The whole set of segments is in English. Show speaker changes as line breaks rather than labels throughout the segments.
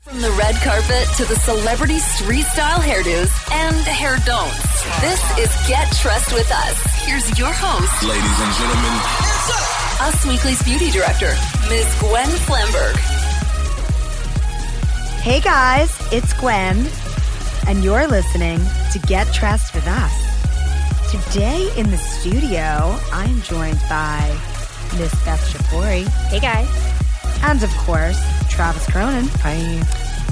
From the red carpet to the celebrity street style hairdos and hair don'ts, this is Get Trust with Us. Here's your host,
Ladies and gentlemen,
Us Weekly's beauty director, Ms. Gwen Flamberg.
Hey guys, it's Gwen, and you're listening to Get Dressed with Us. Today in the studio, I'm joined by Miss Beth Shapori. Hey guys. And of course, Travis Cronin. Hi.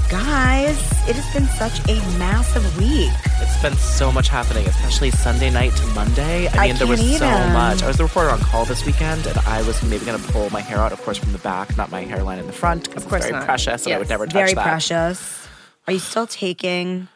Guys, it has been such a massive week.
It's been so much happening, especially Sunday night to Monday. I
I
mean, there was
can't
so
even.
much. I was the reporter on call this weekend, and I was maybe going to pull my hair out, of course, from the back, not my hairline in the front, because it's
course
very
not.
precious, and I would
Yes.
never touch
Very
that.
precious. Are you still taking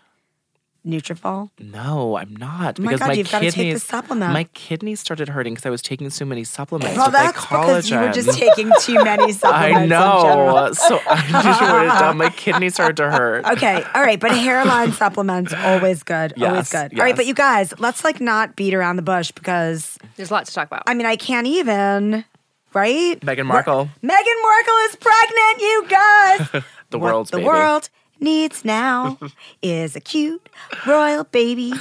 Nutrafol?
No, I'm not,
Oh my
because
God,
my
you've gotta
kidneys.
take the supplement.
My kidneys started hurting because I was taking so many supplements
Well,
with like
that's
collagen.
because you were just taking too many supplements.
I
in general.
know. So I just wrote it down. My kidneys started to hurt.
Okay, all right, but hairline supplements always good, always
Yes,
good. All right,
yes.
but you guys, let's like not beat around the bush because
There's a lot to talk about.
I mean I can't even, right?
Meghan Markle,
Meghan Markle is pregnant, you guys.
the
what
world's
the
baby.
world needs now is a cute royal baby.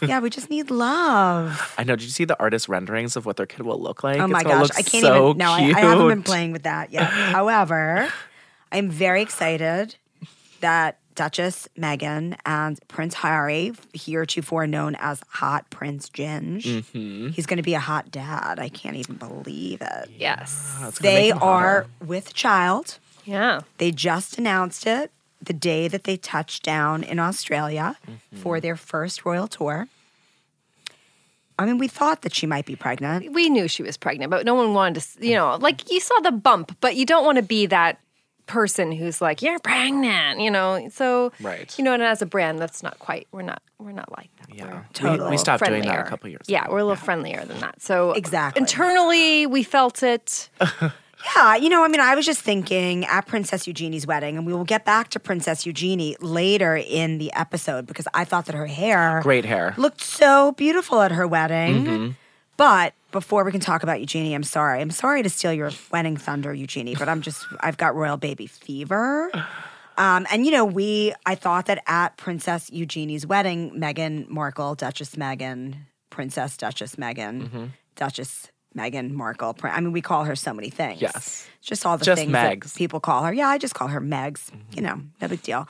Yeah, we just need love.
I know. Did you see the artist renderings of what their kid will look like?
Oh
It's
my
gonna
gosh,
look
I can't
so
even. No, I, I haven't been
cute.
playing with that yet. However, I'm very excited that Duchess Meghan and Prince Harry, heretofore known as Hot Prince Ginge,
Mm-hmm.
he's going to be a hot dad. I can't even believe it.
yes.
It's gonna make
They
them hotter.
are with child.
Yeah.
They just announced it the day that they touched down in Australia
Mm-hmm.
for their first royal tour. I mean, we thought that she might be pregnant.
We knew she was pregnant, but no one wanted to, s- you know, like you saw the bump, but you don't want to be that person who's like, you're pregnant, you know? So,
Right.
you know, and as a brand, that's not quite, we're not, we're not like that.
Yeah, we,
Total
we stopped
friendlier.
doing that a couple years.
Yeah,
ago.
we're a little friendlier than that. So
Exactly.
internally, we felt it.
Yeah, you know, I mean, I was just thinking at Princess Eugenie's wedding, and we will get back to Princess Eugenie later in the episode because I thought that her hair
Great hair.
looked so beautiful at her wedding. But before we can talk about Eugenie, I'm sorry. I'm sorry to steal your wedding thunder, Eugenie, but I'm just, I've got royal baby fever. Um, and you know, we, I thought that at Princess Eugenie's wedding, Meghan Markle, Duchess Meghan, Princess Duchess Meghan, Duchess Meghan Markle. Pri- I mean, we call her so many things.
Yes.
Just all the
Just
things that
Megs. Mm-hmm.
people call her. Yeah, I just call her Megs. You know, no big deal.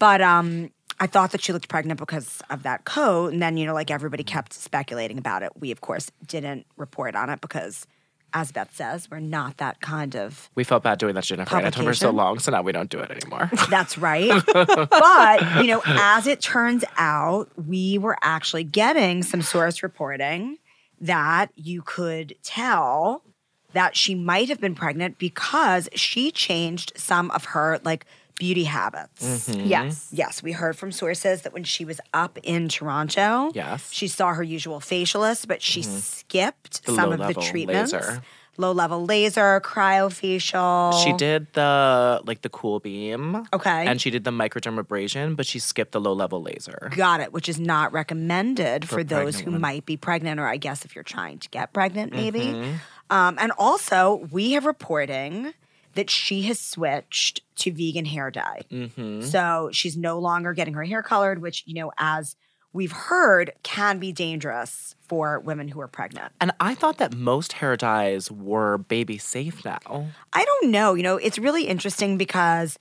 But um, I thought that she looked pregnant because of that coat. And then, you know, like everybody
Mm-hmm.
kept speculating about it. We, of course, didn't report on it because, as Beth says, we're not that kind of
We felt bad doing that to Jennifer Aniston for so
Publication.
long, so now we don't do it anymore.
That's right. but, you know, as it turns out, we were actually getting some source reporting that you could tell that she might have been pregnant because she changed some of her like beauty habits.
Mm-hmm.
Yes.
Yes, we heard from sources that when she was up in Toronto,
Yes. Mm-hmm.
she saw her usual facialist, but she skipped
The
some of the
low-level
treatments.
laser.
Low level laser, cryofacial.
she did the like the cool beam.
Okay.
And she did the microdermabrasion, but she skipped the low level laser.
Got it, which is not recommended for, those who
pregnant women.
might be pregnant, or I guess if you're trying to get pregnant, maybe.
Mm-hmm.
Um, and also, we have reporting that she has switched to vegan hair dye.
Mm-hmm.
So she's no longer getting her hair colored, which, you know, as we've heard, can be dangerous for women who are pregnant.
And I thought that most hair dyes were baby safe now.
I don't know. You know, it's really interesting because,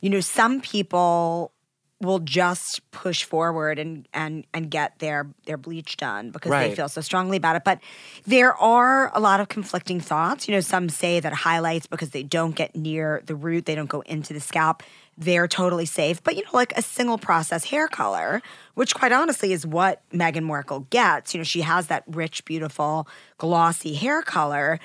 you know, some people will just push forward and and and get their their bleach done because they
Right.
feel so strongly about it. But there are a lot of conflicting thoughts. You know, some say that highlights because they don't get near the root, they don't go into the scalp. They're totally safe. But you know, like a single process hair color, which quite honestly is what Meghan Markle gets. You know, she has that rich, beautiful, glossy hair color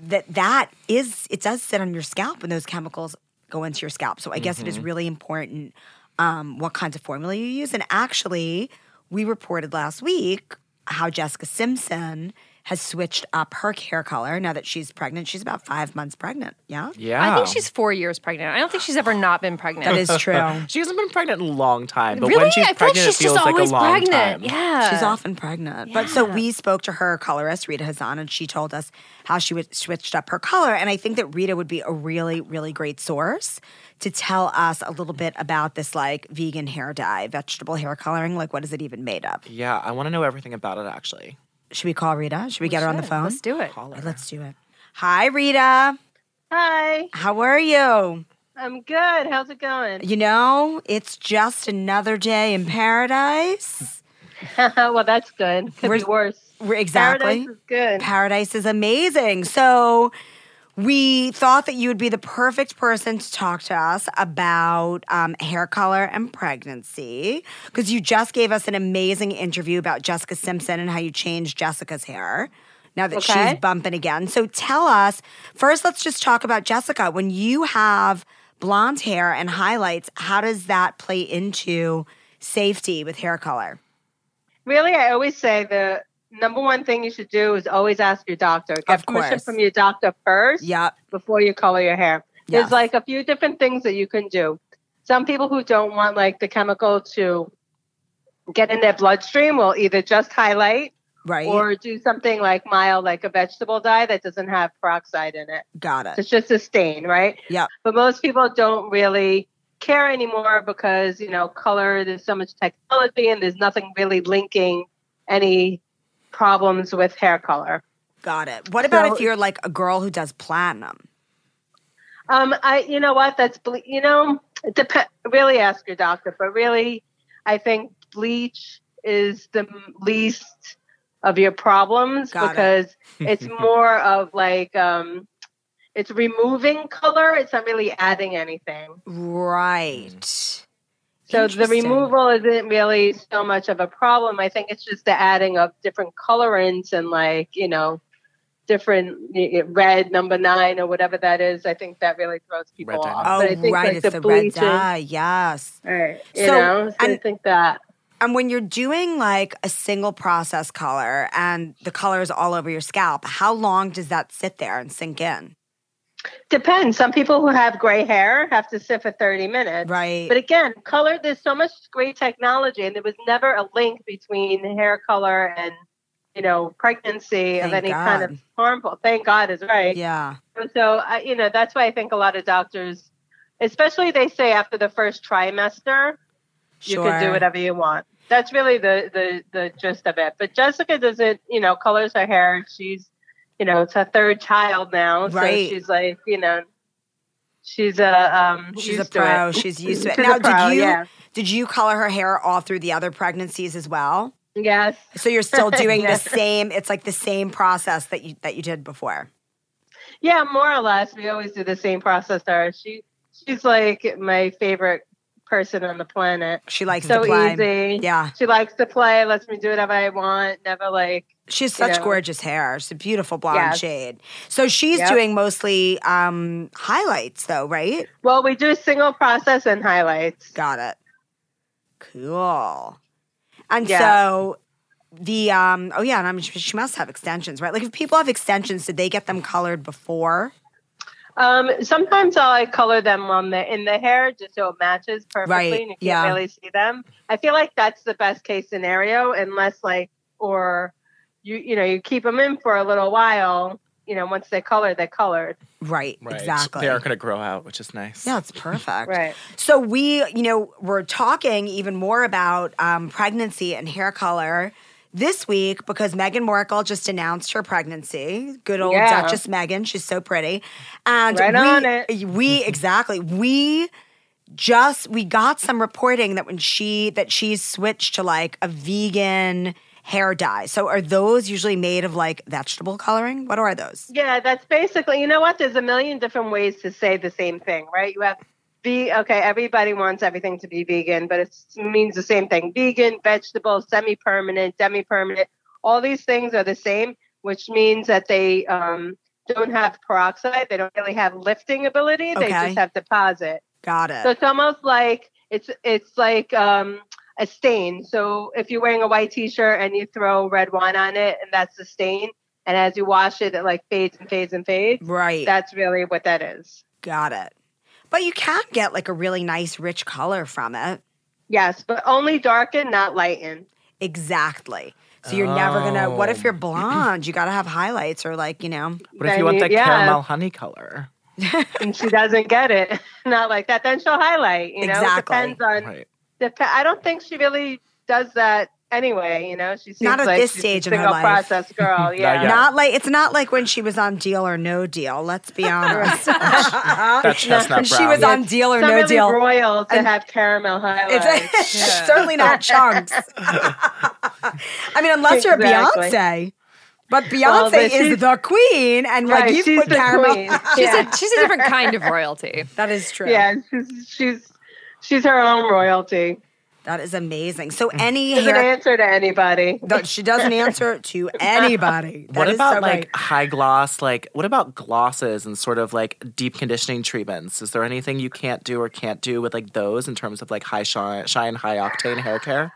that that is it does sit on your scalp and those chemicals go into your scalp. So I guess it is really important um, what kinds of formula you use. And actually, we reported last week how Jessica Simpson has switched up her hair color now that she's pregnant. She's about five months pregnant. Yeah.
Yeah.
I think she's four years pregnant. I don't think she's ever not been pregnant.
That is true.
She hasn't been pregnant in a long time, but
really?
when she's
I feel like
pregnant,
she's
it feels
just
like a
always
long
pregnant.
time.
Yeah.
She's often pregnant. But so we spoke to her colorist, Rita Hazan, and she told us how she would switched up her color. And I think that Rita would be a really, really great source to tell us a little bit about this like vegan hair dye, vegetable hair coloring. Like, what is it even made of?
Yeah, I want to know everything about it actually.
Should we call Rita? Should we, get her on the
Yeah,
phone?
Let's do it.
Call her.
Let's do it. Hi, Rita.
Hi,
How are you?
I'm good. How's it going?
You know, it's just another day in paradise.
well, that's good. Could
Where's-
be worse.
We're exactly.
Paradise is good.
Paradise is amazing. So we thought that you would be the perfect person to talk to us about um, hair color and pregnancy because you just gave us an amazing interview about Jessica Simpson and how you changed Jessica's hair. Now that
Okay.
she's bumping again. So tell us first, let's just talk about Jessica. When you have blonde hair and highlights, how does that play into safety with hair color?
Really, I always say the number one thing you should do is always ask your doctor. Get
Of
permission
course.
from your doctor first
Yep.
before you color your hair.
Yes.
There's like a few different things that you can do. Some people who don't want like the chemical to get in their bloodstream will either just highlight
Right.
or do something like mild, like a vegetable dye that doesn't have peroxide in it.
Got it.
It's just a stain, right?
Yep.
But most people don't really care anymore because, you know, color, there's so much technology and there's nothing really linking any problems with hair color.
Got it. What about
So-
if you're like a girl who does platinum?
Um, I, you know what? That's, ble- you know, it dep- really ask your doctor, but really, I think bleach is the m- least of your problems
Got it.
because it's more of like, um, it's removing color. It's not really adding anything.
Right.
Mm. So the
Interesting.
removal isn't really so much of a problem. I think it's just the adding of different colorants and like, you know, different y- y- red number nine or whatever that is. I think that really throws people
Red dye.
off.
Oh,
but I think
right.
like
it's the, red
bleaching-
dye. Yes.
Right. You
So-
know, so I
and-
think that.
And when you're doing like a single process color and the color is all over your scalp, how long does that sit there and sink in?
Depends. Some people who have gray hair have to sit for 30 minutes.
Right.
But again, color, there's so much great technology, and there was never a link between hair color and, you know, pregnancy
Thank
of any kind of
God.
harmful. Thank God is right.
yeah.
So, I, you know, that's why I think a lot of doctors, especially they say after the first trimester,
Sure.
you can do whatever you want. That's really the, the, the gist of it. But Jessica doesn't, you know, colors her hair. She's, you know, it's her third child now.
Right.
So she's like, you know, she's a, um,
She's a
used to
pro.
it.
She's used to it.
She's
Now,
a pro,
did you
yeah.
did you color her hair all through the other pregnancies as well?
Yes.
So you're still doing
Yes.
the same. It's like the same process that you that you did before.
Yeah, more or less. We always do the same process. to her. She, she's like my favorite person on the planet.
She likes
So
to play.
easy.
Yeah.
She likes to play, lets me do whatever I want, never like
She's such
know?
gorgeous hair. She's a beautiful blonde
Yes.
shade. So she's
Yep.
doing mostly um, highlights, though, right?
well, we do single process and highlights.
Got it. Cool. And
Yeah.
so the um, oh yeah, and I'm she must have extensions, right? Like if people have extensions, did they get them colored before?
Um, sometimes I'll like color them on the in the hair just so it matches perfectly
Right,
and you can't
yeah.
really see them. I feel like that's the best case scenario unless like or you you know, you keep them in for a little while, you know, once they color, they're colored.
Right, exactly.
They are going to grow out, which is nice.
yeah, it's perfect.
Right.
So we, you know, we're talking even more about um, pregnancy and hair color this week because Meghan Markle just announced her pregnancy. Good old
Yeah.
Duchess Meghan, she's so pretty. And
Right
we,
on it.
we exactly we just we got some reporting that when she that she's switched to like a vegan hair dye. So are those usually made of like vegetable coloring? What are those?
Yeah, that's basically. You know what? There's a million different ways to say the same thing, right? You have be okay. Everybody wants everything to be vegan, but it's- it means the same thing: vegan, vegetable, semi-permanent, demi-permanent. All these things are the same, which means that they um, don't have peroxide. They don't really have lifting ability. They
Okay.
just have deposit.
Got it.
So it's almost like it's it's like um, a stain. So if you're wearing a white T-shirt and you throw red wine on it, and that's the stain, and as you wash it, it like fades and fades and fades.
Right.
That's really what that is.
Got it. But you can get like a really nice rich color from it.
Yes, but only darken, not lighten.
Exactly. So you're never gonna. What if
Oh.
you're blonde? You gotta have highlights or like you know.
What if
Then
you want
you-
the
yeah.
caramel honey color?
And she doesn't get it. not like that. Then she'll highlight. You know,
Exactly.
it depends on.
Right.
Dep- I don't think she really does that anyway. You know, she seems
Not at
like
this
she's
stage
a
in her
single
life.
process girl. Yeah.
yet.
Not like it's not like when she was on Deal or No Deal. Let's be honest. when
That chestnut
she
brown.
was on Deal or
It's not
No
really
Deal,
royal to have caramel highlights.
it's certainly not chunks. I mean, unless you're
Exactly.
Beyonce, but Beyonce
Well, but
is
she's-
the queen, and like
Right,
you
she's
put
the
caramel.
queen.
She's,
yeah.
a, she's a different kind of royalty.
That is true.
yeah, she's, she's she's her own royalty.
That is amazing. So any
Doesn't
hair
answer to anybody.
that she doesn't answer to anybody. That
What
is
about
so
like
great.
high gloss? Like, what about glosses and sort of like deep conditioning treatments? Is there anything you can't do or can't do with like those in terms of like high shine, shine high octane hair care?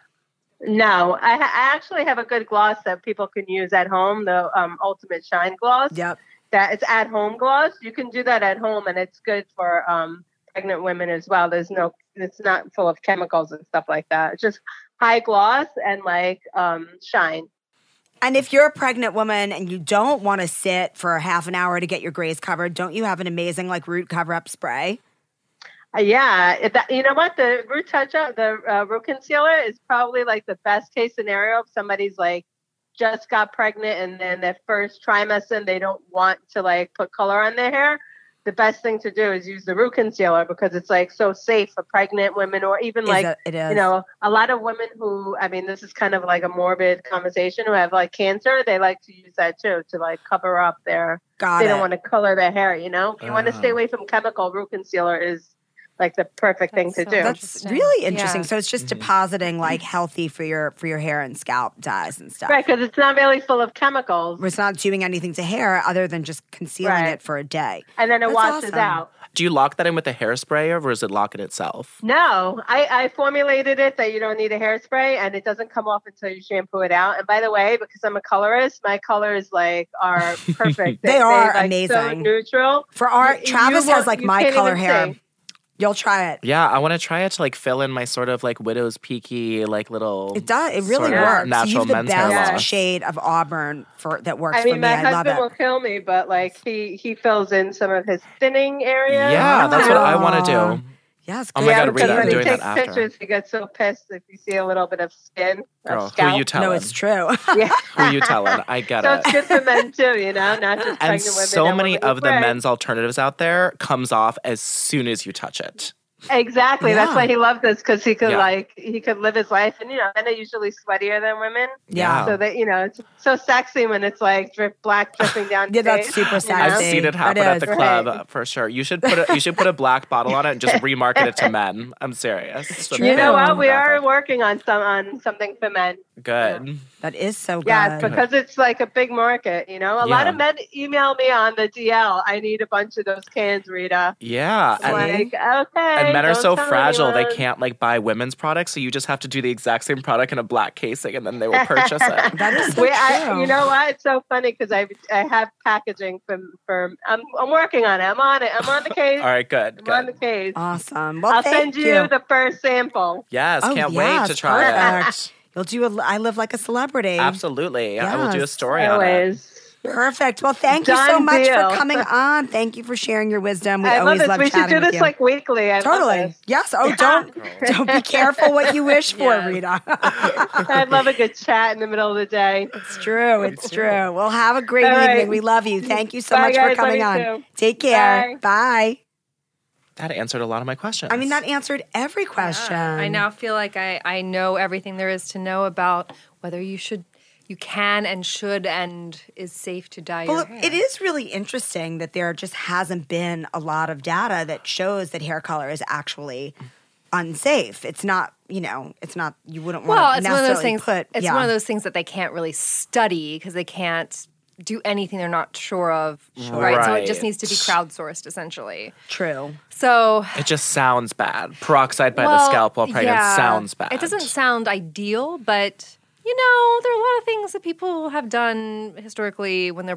No, I, ha- I actually have a good gloss that people can use at home. The um, Ultimate Shine Gloss.
Yep.
That it's at home gloss. You can do that at home, and it's good for um, pregnant women as well. There's no, it's not full of chemicals and stuff like that. It's just high gloss and like um, shine.
And if you're a pregnant woman and you don't want to sit for half an hour to get your grays covered, don't you have an amazing like root cover up spray?
Uh, Yeah, if that, you know what? The root touch up, the uh, root concealer is probably like the best case scenario if somebody's like just got pregnant and then their first trimester and they don't want to like put color on their hair. The best thing to do is use the root concealer because it's like so safe for pregnant women or even
Is
like
it- it is.
you know a lot of women who I mean this is kind of like a morbid conversation who have like cancer they like to use that too to like cover up their
Got
they
it. Uh-huh.
don't want to color their hair, you know? If you want to
Ah.
stay away from chemical, root concealer is like the perfect thing to
That's
do.
so-
That's
Interesting.
really interesting.
Yeah.
So it's just depositing like healthy for your for your hair and scalp dyes and stuff.
right, because it's not really full of chemicals.
It's not doing anything to hair other than just concealing
Right.
it for a day.
And then it
That's
washes
awesome.
out.
Do you lock that in with a hairspray or is it lock in itself?
No, I, I formulated it that you don't need a hairspray and it doesn't come off until you shampoo it out. And by the way, because I'm a colorist, my colors like are perfect.
They are
like, So
amazing.
neutral.
For our
You- you
Travis has
won't-
like
you
my
can't
color
even
hair.
see.
You'll try it.
Yeah, I want to try it to like fill in my sort of like widow's peaky, like little.
It does. It really
sort of
works.
Natural
you have the
men's hair
best
loss.
shade of auburn for that works
I mean,
for me.
my
I love
husband
it.
will kill me, but like he he fills in some of his thinning areas.
Yeah, that's what I want to
Wow.
do.
Yes.
Oh
good
my
yeah,
God,
because
Rita,
when
I'm
he
doing that
takes
after.
pictures, he gets so pissed if you see a little bit of skin or
Girl, who
scalp.
you telling?
No, it's true.
yeah.
Who you telling? I get
so
it.
it's good for men too, you know, not just pregnant
and
women.
so
and
many
women
of the
with
men's alternatives out there comes off as soon as you touch it.
breasts. Exactly. That's
Yeah.
why he loved this because he could
Yeah.
like he could live his life, and you know, men are usually sweatier than women,
Yeah.
so that you know it's so sexy when it's like drip black dripping down.
Yeah,
your
that's
face,
super
you
sexy.
know?
I've seen it
That
happen at the
is.
club
Right.
for sure. You should put a, you should put a black bottle on it and just remarket it to men. I'm serious. It's a
true.
You know
big
what? We are
demographic.
working on some on something for men.
good.
that is so good.
Yes, because it's like a big market, you know. A lot
Yeah.
of men email me on the DL. I need a bunch of those cans, Rita.
Yeah,
I'm
and,
like, okay.
and men are
don't
so
tell
fragile
anyone.
they can't like buy women's products, so you just have to do the exact same product in a black casing, and then they will purchase it.
that is so
We, I,
true.
you know what? It's so funny because I I have packaging from from. I'm I'm working on it. I'm on it. I'm on the case.
All right, good,
I'm on the
good.
case.
awesome. Well,
I'll
thank
send you, the first sample.
Yes,
Oh,
can't
yes,
wait to try
perfect.
it.
You'll do. A, I live like a celebrity.
Absolutely, I will do a
Yes.
story on it.
Always.
Perfect. Well, thank you so
Done
much for
deal.
coming on. Thank you for sharing your wisdom. We
I love
always
this.
love
we should
chatting
do
with
this
you.
like weekly. I Love
totally.
this.
Yes. Oh, don't don't be careful what you wish for,
Yeah.
Rita.
I love a good chat in the middle of the day.
it's true. It's true. Well, have a great
All
evening.
right.
We love you. Thank you so
Bye,
much for
guys. Love
coming
you
on.
too.
Take care.
Bye.
Bye.
That answered a lot of my questions.
I mean, that answered every question.
Uh, I now feel like I, I know everything there is to know about whether you should, you can and should and is safe to dye
Well,
your hair.
it is really interesting that there just hasn't been a lot of data that shows that hair color is actually unsafe. It's not, you know, it's not. You wouldn't want.
Well,
to
it's one of those
necessarily
things.
Put,
it's
yeah.
one of those things that they can't really study because they can't do anything they're not sure of. Right? So it just
Right.
needs to be crowdsourced essentially.
True.
So
It just sounds bad. Peroxide by the
well,
scalp while pregnant
yeah.
sounds bad.
It doesn't sound ideal, but you know, there are a lot of things that people have done historically when they're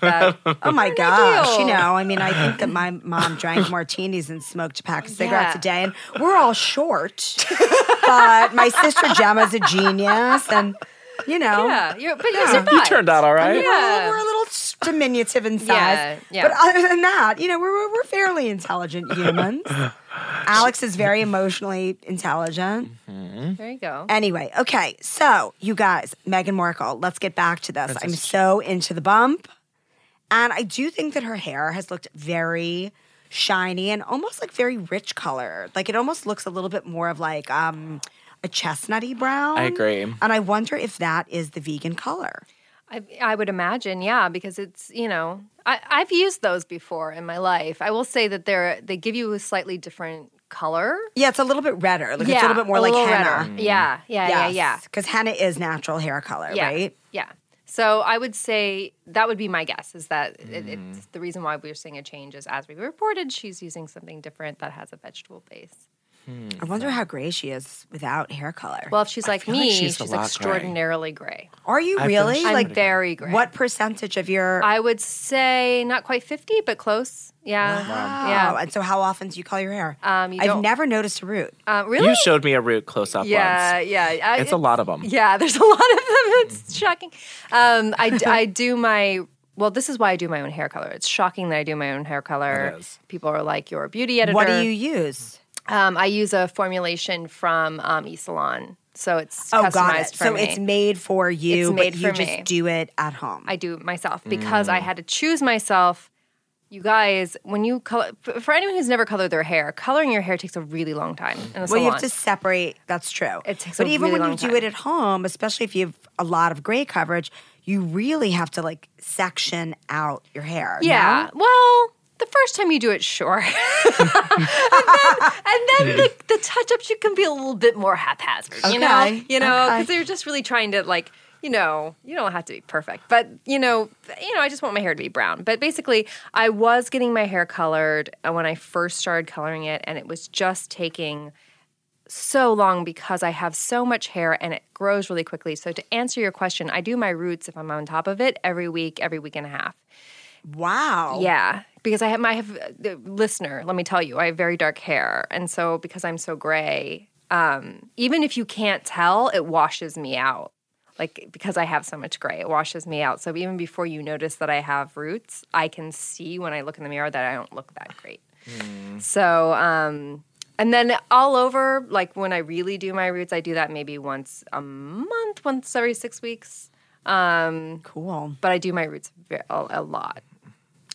that
Oh my gosh, you
deal.
know, I mean, I think that my mom drank martinis and smoked a pack of cigarettes
Yeah.
a day, and we're all short. but my sister Gemma's a genius, and you know,
yeah, you're, but you survived.
You turned out all right.
we're, a
Yeah.
little, we're a little s- diminutive in size.
Yeah, yeah.
But other than that, you know, we're, we're, we're fairly intelligent humans. Alex is very emotionally intelligent.
There you go.
Anyway, okay, so you guys, Meghan Markle, let's get back to this. I'm so into the bump. And I do think that her hair has looked very shiny and almost like very rich color. Like it almost looks a little bit more of like um a chestnutty brown.
I agree.
And I wonder if that is the vegan color.
I, I would imagine, yeah, because it's you know I, I've used those before in my life. I will say that they're they give you a slightly different color.
Yeah, it's a little bit redder. Like
yeah,
it's a little bit more like
little
henna. Mm.
redder. Yeah, yeah, yeah, yeah,
Because henna is natural hair color,
yeah,
right?
yeah. So I would say that would be my guess is that it,
Mm.
it's the reason why we're seeing a change is as we reported, she's using something different that has a vegetable base.
I wonder how gray she is without hair color.
Well, if she's like
feel
me,
like she's
she's,
a lot gray.
extraordinarily gray.
Are you
I feel
really?
she's
I'm
Like
very gray.
what percentage of your
I would say not quite fifty, but close. Yeah,
Oh,
yeah.
and so how often do you color your hair?
Um, you
I've
don't-
never noticed a root.
Uh, really?
You showed me a root close up
yeah,
once.
yeah. I-
It's a lot of them.
Yeah, there's a lot of them. It's shocking. Um, I, d- I do my well. This is why I do my own hair color. It's shocking that I do my own hair color.
It is.
People are like, "You're a beauty editor."
What do you use?
Um, I use a formulation from um, Esalon, so it's
Oh,
customized
got it.
for
So
me.
it's made for you,
It's made
but you
for
just
me.
do it at home.
I do it myself because
Mm.
I had to choose myself. You guys, when you color, f- for anyone who's never colored their hair, coloring your hair takes a really long time in a
well,
salon.
you have to separate. That's true.
It takes
but
a
even when
really
you
long
do
time.
it at home, especially if you have a lot of gray coverage, you really have to like section out your hair.
Yeah. Well, the first time you do it, sure. and then, and then the, the touch ups you can be a little bit more haphazard. You know,
Okay.
you know,
Okay.
because you're just really trying to like. You know, you don't have to be perfect, but you know, you know, I just want my hair to be brown. But basically, I was getting my hair colored uh, when I first started coloring it, and it was just taking so long because I have so much hair and it grows really quickly. So to answer your question, I do my roots if I'm on top of it every week, every week and a half.
Now? Wow.
Yeah, because I have my I have the listener. Let me tell you, I have very dark hair, and so because I'm so gray, um, even if you can't tell, it washes me out. Like because I have so much gray, it washes me out. So even before you notice that I have roots, I can see when I look in the mirror that I don't look that great. So, um, and then all over, like when I really do my roots, I do that maybe once a month, once every six weeks. Um,
Cool.
but I do my roots ve- a, a lot.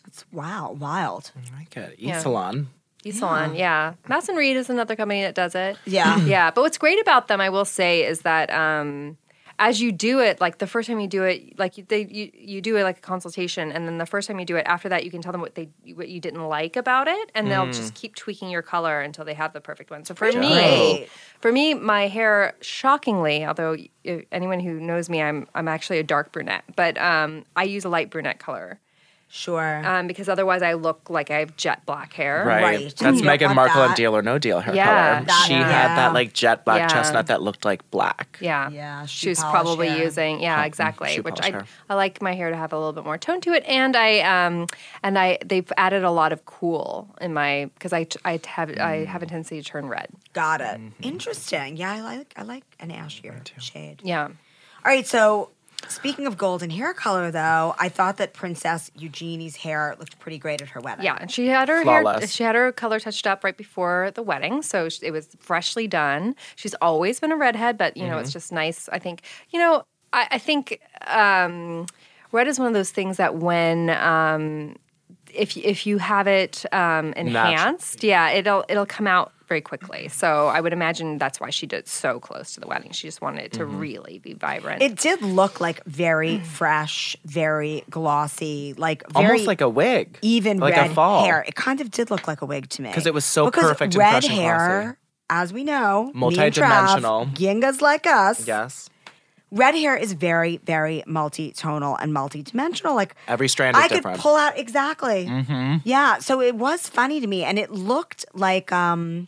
It's wow, wild.
Mm-hmm.
I like it. E salon.
Esalon, yeah. Mass and Reed is another company that does it.
Yeah.
yeah. But what's great about them, I will say, is that um, as you do it, like the first time you do it, like you, they, you, you do it like a consultation, and then the first time you do it, after that, you can tell them what they what you didn't like about it, and they'll just keep tweaking your color until they have the perfect one. So for me,
Great.
for me, my hair, shockingly, although uh, anyone who knows me, I'm I'm actually a dark brunette, but um, I use a light brunette color
Sure.
um, because otherwise I look like I have jet black hair.
Right.
Right.
That's
You don't
Meghan
want
Markle and
that.
Deal or No Deal hair
Yeah.
color.
That-
she
yeah.
had that like jet black
Yeah.
chestnut that looked like black.
Yeah.
Yeah, shoe
She was
polish
probably
hair.
using yeah, exactly.
shoe
Which
polish
I
hair.
I like my hair to have a little bit more tone to it, and I um and I they've added a lot of cool in my because I t- I t- have I have a
Mm.
tendency to turn red.
Got it. Interesting. Yeah, I like I like an ashier shade.
Yeah.
All right, so speaking of gold and hair color, though, I thought that Princess Eugenie's hair looked pretty great at her wedding.
Yeah, and she had her hair.
Flawless.
She had her color touched up right before the wedding, so sh it was freshly done. She's always been a redhead, but you know,
Mm-hmm.
it's just nice. I think you know. I, I think um, red is one of those things that when um, if if you have it um, enhanced, yeah, it'll it'll come out very quickly. So I would imagine that's why she did it so close to the wedding. She just wanted it
Mm-hmm.
to really be vibrant.
It did look like very fresh, very glossy, like very
Almost like a wig.
even
like
red
a fall.
hair. It kind of did look like a wig to me
'Cause it was so
Because
perfect and
Red
fresh and
hair,
glossy.
as we know, me and Trav,
Multidimensional.
gingas like us.
Yes.
Red hair is very, very multi-tonal and multi-dimensional. Like
Every strand is
I could
different. Mm-hmm.
pull out exactly. Yeah. So it was funny to me, and it looked like um,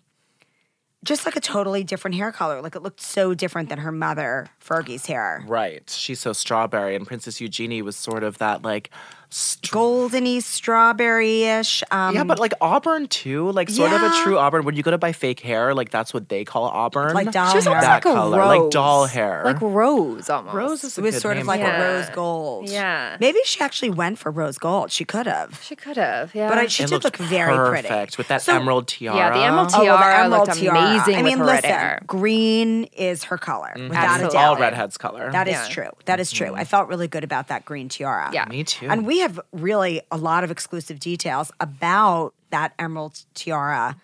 just like a totally different hair color. Like it looked so different than her mother Fergie's hair.
Right. She's so strawberry, and Princess Eugenie was sort of that like. Str-
Goldeny, strawberry ish. Um,
yeah, but like Auburn too, like sort of
yeah.
a true Auburn. When you go to buy fake hair, like that's what they call Auburn.
Like doll
She was
hair.
almost
That
like a
color,
rose,
like doll hair.
like rose almost.
Rose is
it
a
was
good
sort of
name
like
for
Yeah.
it.
a rose gold.
Yeah.
Maybe she actually went for rose gold. She could have.
She could have, yeah.
But I, she
It
did
looked
look very
perfect
pretty.
with that
So-
emerald tiara.
yeah, the emerald
Oh, well, the
tiara
emerald
looked
tiara.
amazing.
I mean,
with her
listen,
red hair.
green is her color, without
Absolutely.
a doubt.
all redheads color.
That is
Oh, Yeah. Mm-hmm.
true. That is true. I felt really good about that green tiara.
Yeah.
Me too.
And we have really a lot of exclusive details about that emerald tiara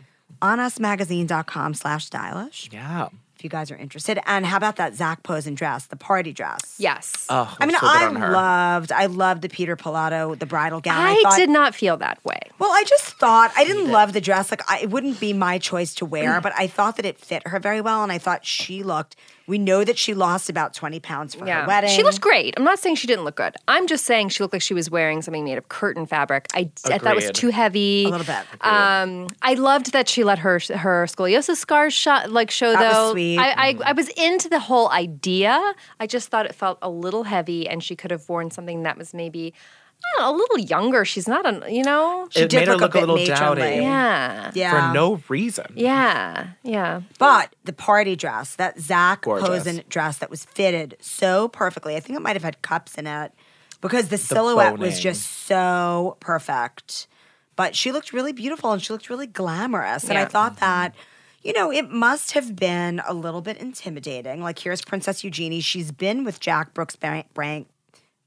on usmagazine.com slash stylish
yeah.
if you guys are interested. And how about that Zach Posen dress, the party dress?
Yes.
Oh,
I mean,
so good
I
on her.
loved, I loved the Peter Pilato, the bridal gown.
I,
thought,
did not feel that way.
Well, I just thought I didn't love the dress. Like, I, it wouldn't be my choice to
Mm.
wear, but I thought that it fit her very well, and I thought she looked. We know that she lost about twenty pounds for her wedding.
She looked great. I'm not saying she didn't look good. I'm just saying she looked like she was wearing something made of curtain fabric. I, I thought it was
Agreed.
too heavy.
a little bit.
Um, I loved that she let her her scoliosis scars sho- like show
That was
though.
sweet. Mm-hmm.
I, I I was into the whole idea. I just thought it felt a little heavy, and she could have worn something that was maybe I don't know, a little younger. She's not an you know.
She
it
did
made her
look a
look a,
bit
little
matronly.
dowdy
yeah. Yeah.
yeah.
for no reason.
Yeah. Yeah.
But the party dress, that Zach
Gorgeous.
Posen dress that was fitted so perfectly. I think it might have had cups in it because the silhouette was
boning.
just so perfect. But she looked really beautiful and she looked really glamorous. And I
Yeah.
thought that, you know, it must have been a little bit intimidating. Like, here's Princess Eugenie. She's been with Jack Brooks Bank, Brank,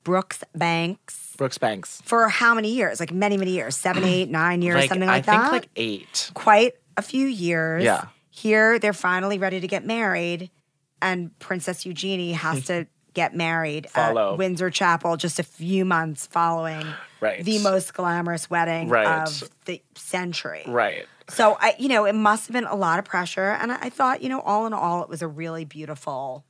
Brooks Banks
Brooks Banks.
for how many years? Like, many, many years. Seven, eight, nine years,
Like,
something
I
like that
think like eight.
quite a few years.
Yeah.
Here they're finally ready to get married, and Princess Eugenie has to get married
Follow.
at Windsor Chapel just a few months following
Right.
the most glamorous wedding
Right.
of the century.
Right.
So I, you know, it must have been a lot of pressure, and I, I thought, you know, all in all, it was a really beautiful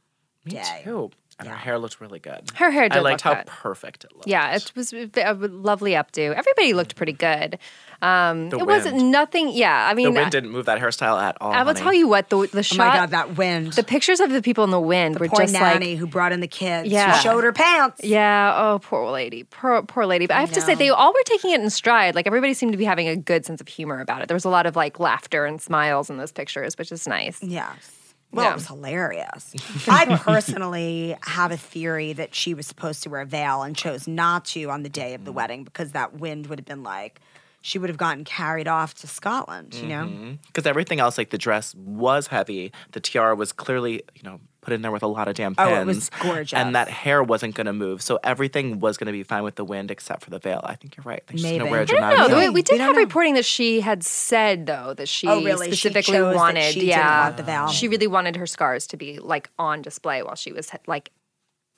Me
day.
too. And her hair looked really good.
Her hair did
I liked how
look good.
perfect it looked.
Yeah, it was a a lovely updo. Everybody looked pretty good. Um,
The
it wasn't
wind.
nothing. Yeah, I mean,
The wind
I-
didn't move that hairstyle at all.
I, will
honey.
tell you what the the
Oh
shot,
my god, that wind!
the pictures of the people in the wind were
poor
just
nanny
like.
who brought in the kids,
Yeah.
who showed her pants.
Yeah. Oh, poor lady. Poor, poor lady. But I have to say,
know.
they all were taking it in stride. Like everybody seemed to be having a good sense of humor about it. There was a lot of like laughter and smiles in those pictures, which is nice.
Yes. Well,
Yeah.
it was hilarious. I personally have a theory that she was supposed to wear a veil and chose not to on the day
Mm.
of the wedding because that wind would have been like she would have gotten carried off to Scotland, you
Mm-hmm.
know?
because everything else, like the dress was heavy, the tiara was clearly, you know, put in there with a lot of damn
Oh,
pins.
it was gorgeous.
And that hair wasn't going to move, so everything was going to be fine with the wind, except for the veil. I think you're right. I think she's going
Maybe.
to wear
I
a
don't
No,
dramatic.
we,
veil.
we did
We don't
have
know.
reporting that she had said though that she
Oh, really? She
specifically
chose that
wanted,
she didn't
yeah,
want the veil.
she really wanted her scars to be like on display while she was like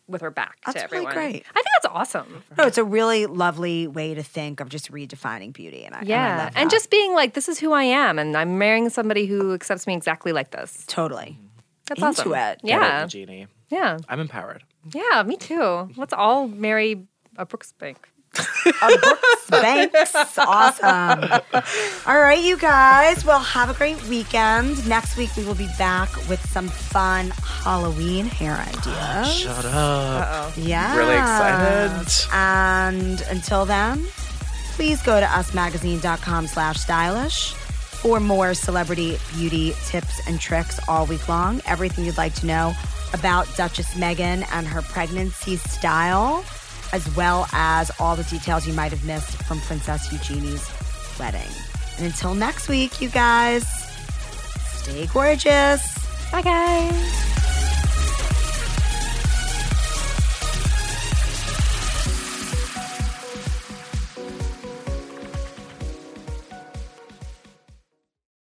with her back to
That's really
everyone.
great.
I think that's awesome.
No, it's a really lovely way to think of just redefining beauty. And I, and, I
Yeah,
love
and
that.
just being like, this is who I am, and I'm marrying somebody who accepts me exactly like this.
totally.
That's
Into
awesome.
it.
Get it,
Yeah,
Eugenie.
yeah,
I'm empowered.
yeah. Me too. Let's all marry a Brooks Bank.
A Brooks Banks. Awesome. All right, you guys. Well, have a great weekend. Next week, we will be back with some fun Halloween hair ideas.
Shut up.
Yeah.
Really excited.
And until then, please go to usmagazine.com slash stylish for more celebrity beauty tips and tricks all week long. Everything you'd like to know about Duchess Megan and her pregnancy style, as well as all the details you might have missed from Princess Eugenie's wedding. And until next week, you guys, stay gorgeous.
Bye, guys.